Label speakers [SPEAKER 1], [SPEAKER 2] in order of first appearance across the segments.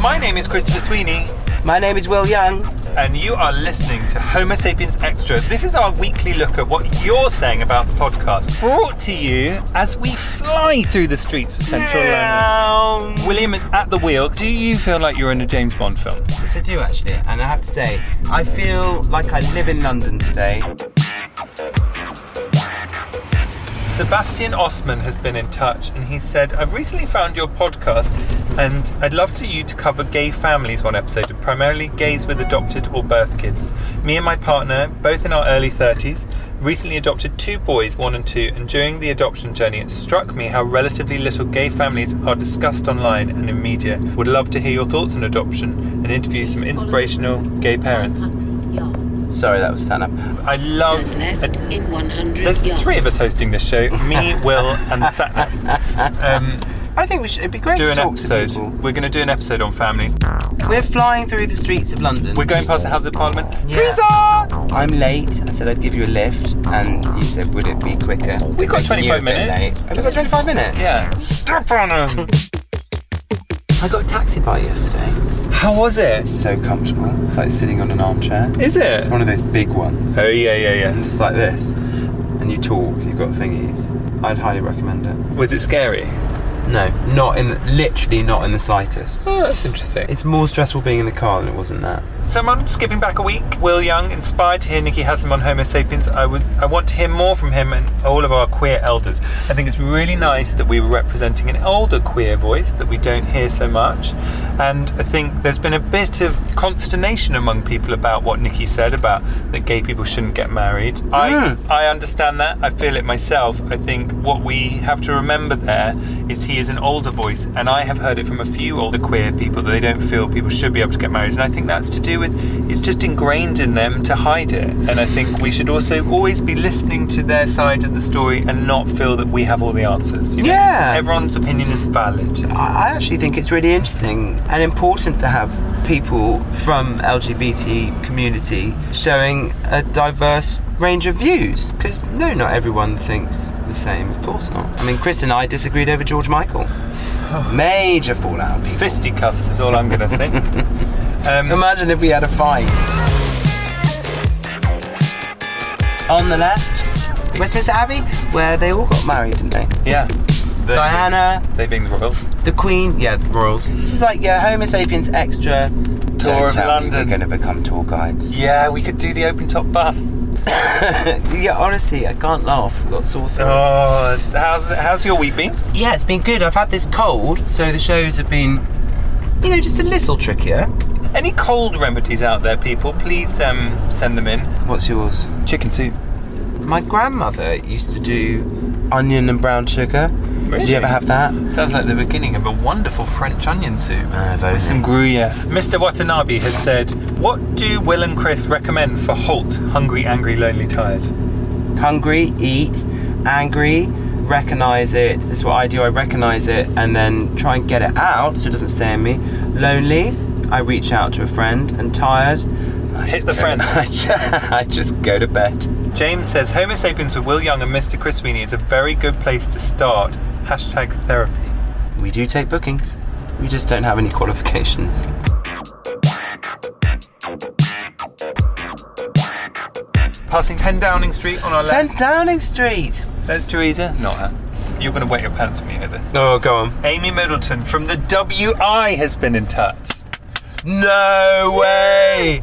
[SPEAKER 1] My name is Christopher Sweeney,
[SPEAKER 2] My name is Will Young.
[SPEAKER 1] and you are listening to Homo Sapiens Extra. This is our weekly look at what you're saying about the podcast, brought to you as we fly through the streets of central London. William is at the wheel. Do you feel like you're in a James Bond film?
[SPEAKER 2] Yes, I do actually, and I have to say, I feel like I live in London today.
[SPEAKER 1] Sebastian Osman has been in touch and he said, I've recently found your podcast and I'd love to you to cover gay families one episode, and primarily gays with adopted or birth kids. Me and my partner, both in our early 30s, recently adopted two boys, one and two, and during the adoption journey it struck me how relatively little gay families are discussed online and in media. Would love to hear your thoughts on adoption and interview some inspirational gay parents.
[SPEAKER 2] Sorry, that was stand up.
[SPEAKER 1] I love
[SPEAKER 3] left
[SPEAKER 1] ad-
[SPEAKER 3] in 100
[SPEAKER 1] there's
[SPEAKER 3] yards.
[SPEAKER 1] three of us hosting this show me, Will, and Satnav. Um,
[SPEAKER 2] I think we should, it'd be great
[SPEAKER 1] do
[SPEAKER 2] to
[SPEAKER 1] an
[SPEAKER 2] talk to
[SPEAKER 1] episode.
[SPEAKER 2] people.
[SPEAKER 1] We're going to do an episode on families.
[SPEAKER 2] We're flying through the streets of London.
[SPEAKER 1] We're going past the House of Parliament.
[SPEAKER 2] Yeah. I'm late. I said I'd give you a lift, and you said, would it be quicker?
[SPEAKER 1] We've got
[SPEAKER 2] Making you a
[SPEAKER 1] 25
[SPEAKER 2] bit
[SPEAKER 1] minutes.
[SPEAKER 2] late. Have we got 25 minutes?
[SPEAKER 1] Yeah. Step on him.
[SPEAKER 2] I got a taxi by yesterday.
[SPEAKER 1] How was it?
[SPEAKER 2] It's so comfortable. It's like sitting on an armchair.
[SPEAKER 1] Is it?
[SPEAKER 2] It's one of those big ones.
[SPEAKER 1] Oh yeah, yeah, yeah.
[SPEAKER 2] And it's like this, and you talk, you've got thingies. I'd highly recommend it.
[SPEAKER 1] Was it scary?
[SPEAKER 2] No, not in, literally not in the slightest.
[SPEAKER 1] Oh, that's interesting.
[SPEAKER 2] It's more stressful being in the car than it wasn't that.
[SPEAKER 1] Someone skipping back a week. Will Young, inspired to hear Nikki Haslam on Homo Sapiens. I would, I want to hear more from him and all of our queer elders. I think it's really nice that we were representing an older queer voice that we don't hear so much. And I think there's been a bit of consternation among people about what Nikki said about that gay people shouldn't get married. I, I understand that. I feel it myself. I think what we have to remember there is he is an older voice, and I have heard it from a few older queer people that they don't feel people should be able to get married. And I think that's to do with it's just ingrained in them to hide it. And I think we should also always be listening to their side of the story and not feel that we have all the answers. You know?
[SPEAKER 2] Yeah.
[SPEAKER 1] Everyone's opinion is valid.
[SPEAKER 2] I I actually think it's really interesting and important to have people from LGBT community showing a diverse range of views because no, not everyone thinks the same. Of course not. I mean, Chris and I disagreed over George Michael. Major fallout. people.
[SPEAKER 1] Fisticuffs is all I'm going to say. Um,
[SPEAKER 2] Imagine if we had a fight. On the left, Westminster Abbey, where they all got married, didn't they?
[SPEAKER 1] yeah. They-
[SPEAKER 2] Diana,
[SPEAKER 1] They being the royals.
[SPEAKER 2] the Queen, yeah, the Royals. This is like your Homo sapiens extra
[SPEAKER 1] Tour of London.
[SPEAKER 2] We're going to become tour guides.
[SPEAKER 1] Yeah, we could do the open top bus.
[SPEAKER 2] Yeah, honestly, I can't laugh. I've got a sore throat.
[SPEAKER 1] Oh, how's how's your week been?
[SPEAKER 2] Yeah, it's been good. I've had this cold, so the shows have been, you know, just a little trickier.
[SPEAKER 1] Any cold remedies out there, people? Please um, send them in.
[SPEAKER 2] What's yours?
[SPEAKER 1] Chicken soup.
[SPEAKER 2] My grandmother used to do onion and brown sugar. Did
[SPEAKER 1] Really?
[SPEAKER 2] you ever have that?
[SPEAKER 1] Sounds like the beginning of a wonderful French onion soup.
[SPEAKER 2] Ah, very
[SPEAKER 1] With some Gruyere. Mr. Watanabe has said, What do Will and Chris recommend for Holt, Hungry, Angry, Lonely, Tired?
[SPEAKER 2] hungry, eat, angry, recognize it. This is what I do. I recognize it and then try and get it out so it doesn't stay in me. Lonely, I reach out to a friend. And tired, I
[SPEAKER 1] Hit
[SPEAKER 2] just
[SPEAKER 1] the
[SPEAKER 2] go-
[SPEAKER 1] friend.
[SPEAKER 2] yeah, I just go to bed.
[SPEAKER 1] James says, Homo sapiens with Will Young and Mr. Chris Sweeney is a very good place to start. Hashtag therapy.
[SPEAKER 2] We do take bookings. We just don't have any qualifications.
[SPEAKER 1] Passing 10 Downing Street on our left.
[SPEAKER 2] 10 Downing Street.
[SPEAKER 1] There's Teresa. Not her. You're going to wet your pants when you hear this.
[SPEAKER 2] Oh, go on.
[SPEAKER 1] Amy Middleton from the WI has been in touch. No way!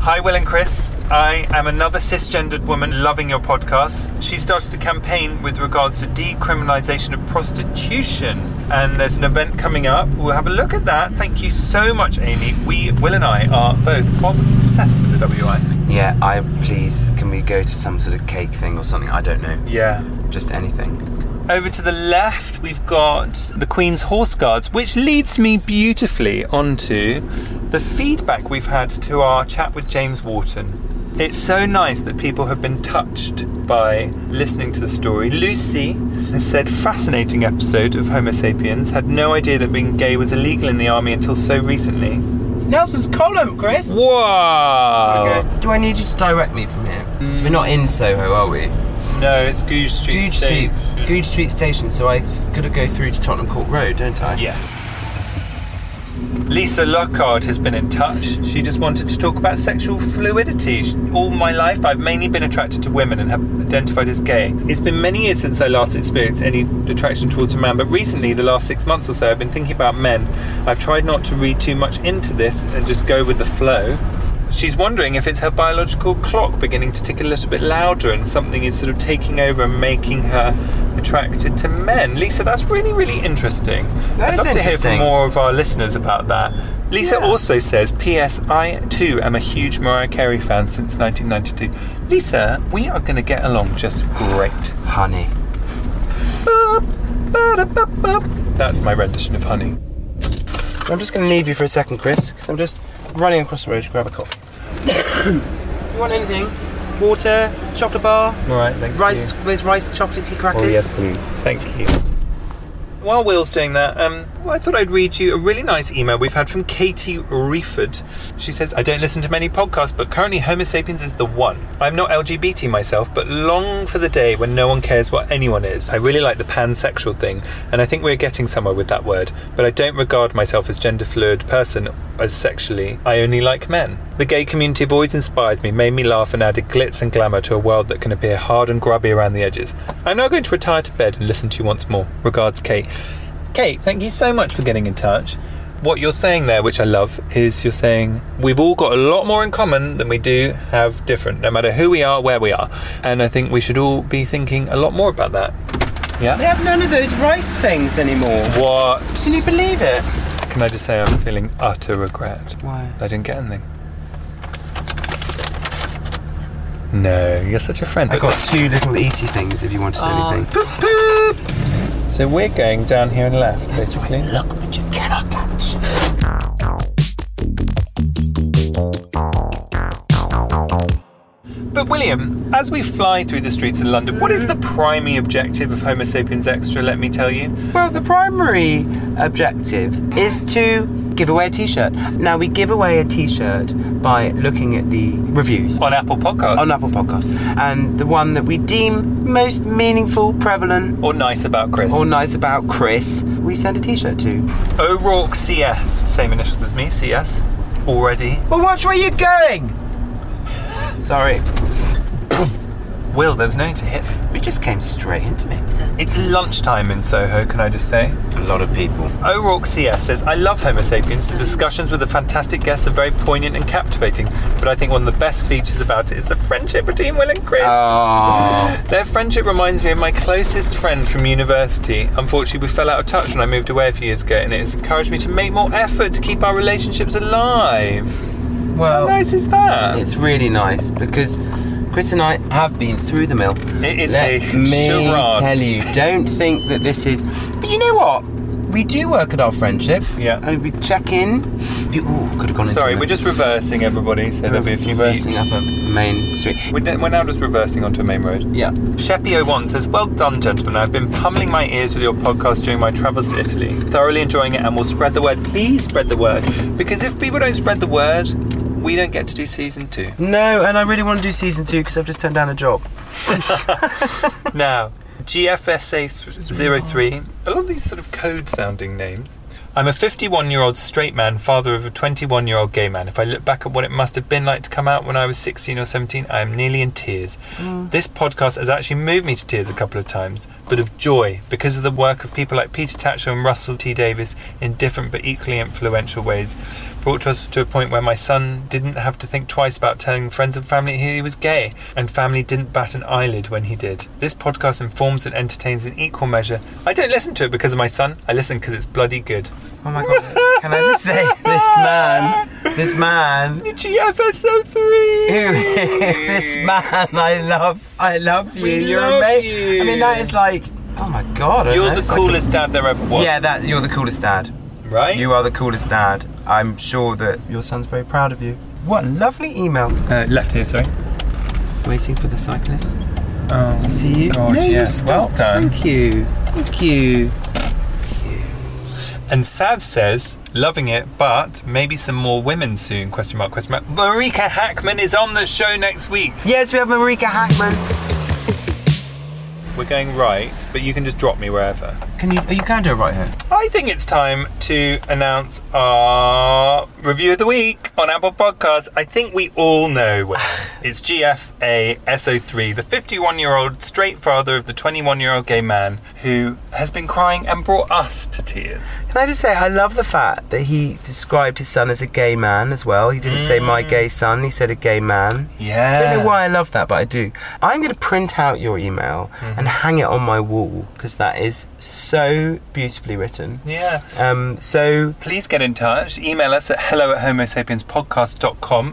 [SPEAKER 1] Hi, Will and Chris. I am another cisgendered woman loving your podcast. She started a campaign with regards to decriminalisation of prostitution, and there's an event coming up. We'll have a look at that. Thank you so much, Amy. We, Will and I, are both obsessed with the WI.
[SPEAKER 2] Yeah, Uh, I please. Can we go to some sort of cake thing or something? I don't know.
[SPEAKER 1] Yeah.
[SPEAKER 2] Just anything.
[SPEAKER 1] Over to the left, we've got the Queen's Horse Guards, which leads me beautifully onto the feedback we've had to our chat with James Wharton. It's so nice that people have been touched by listening to the story. Lucy has said, fascinating episode of Homo sapiens. Had no idea that being gay was illegal in the army until so recently.
[SPEAKER 2] Nelson's column, Chris.
[SPEAKER 1] Wow!
[SPEAKER 2] Okay. Do I need you to direct me from here? Uh, So we're not in Soho, are we?
[SPEAKER 1] No, it's Goose Street.
[SPEAKER 2] Goode Street, Goode Street Station. So I got to go through to Tottenham Court Road, don't I?
[SPEAKER 1] Yeah. Lisa Lockhart has been in touch. She just wanted to talk about sexual fluidity. All my life, I've mainly been attracted to women and have identified as gay. It's been many years since I last experienced any attraction towards a man, but recently, the last six months or so, I've been thinking about men. I've tried not to read too much into this and just go with the flow. She's wondering if it's her biological clock beginning to tick a little bit louder and something is sort of taking over and making her attracted to men. Lisa, that's really, really interesting.
[SPEAKER 2] That
[SPEAKER 1] I'd
[SPEAKER 2] is
[SPEAKER 1] love to hear from
[SPEAKER 2] interesting.
[SPEAKER 1] more of our listeners about that. Lisa
[SPEAKER 2] Yeah.
[SPEAKER 1] also says, P.S. I too am a huge Mariah Carey fan since 1992. Lisa, we are going to get along just great.
[SPEAKER 2] Honey.
[SPEAKER 1] Boop, ba-da-bup, bup. That's my rendition of Honey.
[SPEAKER 2] I'm just going to leave you for a second, Chris, because I'm just running across the road to grab a coffee. you want anything? Water, chocolate bar,
[SPEAKER 1] All right, thank
[SPEAKER 2] rice, there's rice, chocolatey crackers.
[SPEAKER 1] Oh, please. Thank you. While Will's doing that, um, well, I thought I'd read you a really nice email we've had from Katie Reeford. She says, I don't listen to many podcasts, but currently Homo sapiens is the one. I'm not LGBT myself, but long for the day when no one cares what anyone is. I really like the pansexual thing, and I think we're getting somewhere with that word, but I don't regard myself as gender fluid person as sexually. I only like men. The gay community have always inspired me, made me laugh, and added glitz and glamour to a world that can appear hard and grubby around the edges. I'm now going to retire to bed and listen to you once more. Regards, Kate. Kate, thank you so much for getting in touch. What you're saying there, which I love, is you're saying we've all got a lot more in common than we do have different, no matter who we are, where we are. And I think we should all be thinking a lot more about that.
[SPEAKER 2] They
[SPEAKER 1] Yeah?
[SPEAKER 2] have none of those rice things anymore.
[SPEAKER 1] What?
[SPEAKER 2] Can you believe it?
[SPEAKER 1] Can I just say I'm feeling utter regret?
[SPEAKER 2] Why?
[SPEAKER 1] I didn't get anything. No, you're such a friend.
[SPEAKER 2] I got two little eaty things if you wanted anything.
[SPEAKER 1] So we're going down here and left, basically.
[SPEAKER 2] Look, but you cannot touch.
[SPEAKER 1] But William, as we fly through the streets of London, what is the primary objective of Homo sapiens Extra? Let me tell you.
[SPEAKER 2] Well, the primary objective is to give away a t shirt. Now, we give away a t shirt by looking at the reviews.
[SPEAKER 1] On Apple Podcasts.
[SPEAKER 2] on Apple Podcast, and the one that we deem most meaningful, prevalent,
[SPEAKER 1] Or nice about Chris.
[SPEAKER 2] or nice about Chris, we send a T-shirt to.
[SPEAKER 1] O'Rourke CS. Same initials as me. CS. Already.
[SPEAKER 2] Well, watch where you're going. Sorry,
[SPEAKER 1] Will, there was no need to hit.
[SPEAKER 2] we just came straight into me.
[SPEAKER 1] It's lunchtime in Soho. Can I just say?
[SPEAKER 2] A lot of people.
[SPEAKER 1] O'Rourke CS says, I love Homo sapiens. The discussions with the fantastic guests are very poignant and captivating, but I think one of the best features about it is the friendship between Will and Chris.
[SPEAKER 2] Oh,
[SPEAKER 1] Their friendship reminds me of my closest friend from university. Unfortunately, we fell out of touch when I moved away a few years ago, and it has encouraged me to make more effort to keep our relationships alive.
[SPEAKER 2] well,
[SPEAKER 1] How nice is that?
[SPEAKER 2] it's really nice because Chris and I have been through the mill.
[SPEAKER 1] It is
[SPEAKER 2] Let
[SPEAKER 1] a
[SPEAKER 2] me
[SPEAKER 1] charade.
[SPEAKER 2] tell you, don't think that this is. But you know what? We do work at our friendship.
[SPEAKER 1] Yeah.
[SPEAKER 2] And we check in. Be- Ooh, could have gone. into
[SPEAKER 1] Sorry,
[SPEAKER 2] the-
[SPEAKER 1] we're just reversing everybody, so there'll be a few
[SPEAKER 2] reversing
[SPEAKER 1] reversing.
[SPEAKER 2] up a main street.
[SPEAKER 1] We're d- we're now just reversing onto a main road.
[SPEAKER 2] Yeah.
[SPEAKER 1] Sheppy01 says, Well done, gentlemen. I've been pummeling my ears with your podcast during my travels to Italy. Thoroughly enjoying it and will spread the word. Please spread the word. Because if people don't spread the word, we don't get to do season two.
[SPEAKER 2] No, and I really want to do season two because I've just turned down a job.
[SPEAKER 1] Now, GFSA03, a lot of these sort of code sounding names. I'm a 51 year old straight man, father of a 21 year old gay man. If I look back at what it must have been like to come out when I was 16 or 17, I am nearly in tears. This podcast has actually moved me to tears a couple of times, but of joy because of the work of people like Peter Tatchell and Russell T Davis in different but equally influential ways. Brought us to a point where my son didn't have to think twice about telling friends and family he was gay, and family didn't bat an eyelid when he did. This podcast informs and entertains in equal measure. I don't listen to it because of my son, I listen because it's bloody good.
[SPEAKER 2] Oh my god! Can I just say this man, this man,
[SPEAKER 1] GFSO3!
[SPEAKER 2] who this man? I love, I love you.
[SPEAKER 1] We
[SPEAKER 2] you're
[SPEAKER 1] love
[SPEAKER 2] amazing. I mean, that
[SPEAKER 1] you.
[SPEAKER 2] is like, oh my god! I
[SPEAKER 1] You're
[SPEAKER 2] know,
[SPEAKER 1] the
[SPEAKER 2] it's like a-
[SPEAKER 1] coolest dad there ever was.
[SPEAKER 2] yeah, that you're the coolest dad.
[SPEAKER 1] Right?
[SPEAKER 2] You are the coolest dad. I'm sure that your son's very proud of you. What a lovely email.
[SPEAKER 1] Uh, left here, sorry.
[SPEAKER 2] Waiting for the cyclist.
[SPEAKER 1] Oh,
[SPEAKER 2] I see you.
[SPEAKER 1] God,
[SPEAKER 2] No, you
[SPEAKER 1] yes. Well
[SPEAKER 2] stopped.
[SPEAKER 1] done.
[SPEAKER 2] Thank you. Thank you.
[SPEAKER 1] And Sad says, loving it, but maybe some more women soon. Question mark, question mark. Marika Hackman is on the show next week.
[SPEAKER 2] Yes, we have Marika Hackman.
[SPEAKER 1] We're going right, but you can just drop me wherever.
[SPEAKER 2] Can you? You can do it right here.
[SPEAKER 1] I think it's time to announce our review of the week on Apple Podcasts. I think we all know what it's GFASO3, the 51 year old straight father of the 21 year old gay man who has been crying and brought us to tears.
[SPEAKER 2] Can I just say, I love the fact that he described his son as a gay man as well. He didn't say my gay son, he said a gay man. I
[SPEAKER 1] Mm. Yeah.
[SPEAKER 2] don't know why I love that, but I do. I'm going to print out your email
[SPEAKER 1] Mm-hmm.
[SPEAKER 2] and hang it on my wall because that is so beautifully written.
[SPEAKER 1] Yeah.
[SPEAKER 2] Um, so,
[SPEAKER 1] Please get in touch. Email us at hello at homo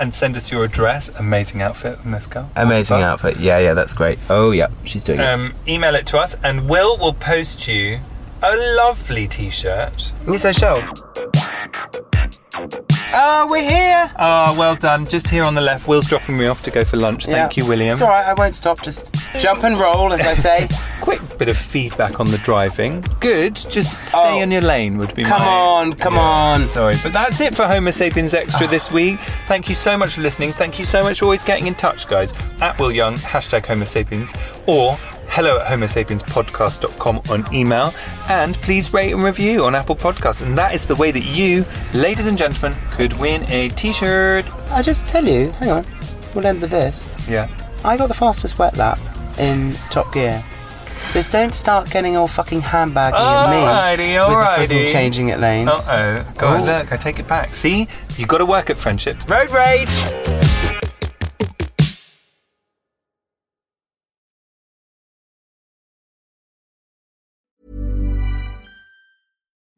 [SPEAKER 1] and send us your address. Amazing outfit on this girl.
[SPEAKER 2] amazing
[SPEAKER 1] Love.
[SPEAKER 2] outfit. Yeah, yeah, that's great. Oh, yeah, she's doing it.
[SPEAKER 1] Um, email it to us and Will will post you a lovely t shirt.
[SPEAKER 2] Yes, I shall. Oh, we're here.
[SPEAKER 1] Ah, well done. Just here on the left. Will's dropping me off to go for lunch. Thank
[SPEAKER 2] Yeah.
[SPEAKER 1] you, William.
[SPEAKER 2] It's all right, I won't stop. Just jump and roll, as I say.
[SPEAKER 1] Quick bit of feedback on the driving. Good. Just stay
[SPEAKER 2] Oh.
[SPEAKER 1] in your lane would be
[SPEAKER 2] Come
[SPEAKER 1] my-
[SPEAKER 2] on, come on. Ah.
[SPEAKER 1] Sorry, but that's it for Homo Sapiens Extra this week. Thank you so much for listening. Thank you so much for always getting in touch, guys. At Will Young, hashtag Homo Sapiens, or hello at homo sapiens podcast.com on email. And please rate and review on Apple Podcasts. And that is the way that you, ladies and gentlemen, could win a t shirt.
[SPEAKER 2] I'll just tell you, hang on, we'll end with this.
[SPEAKER 1] Yeah.
[SPEAKER 2] I got the fastest wet lap in Top Gear. So don't start getting all fucking handbaggy at me
[SPEAKER 1] Alrighty,
[SPEAKER 2] with the
[SPEAKER 1] alrighty.
[SPEAKER 2] fiddle changing at lanes.
[SPEAKER 1] Uh oh. God,
[SPEAKER 2] Ooh.
[SPEAKER 1] look, I take it back. See? You've got to work at friendships.
[SPEAKER 2] Road rage!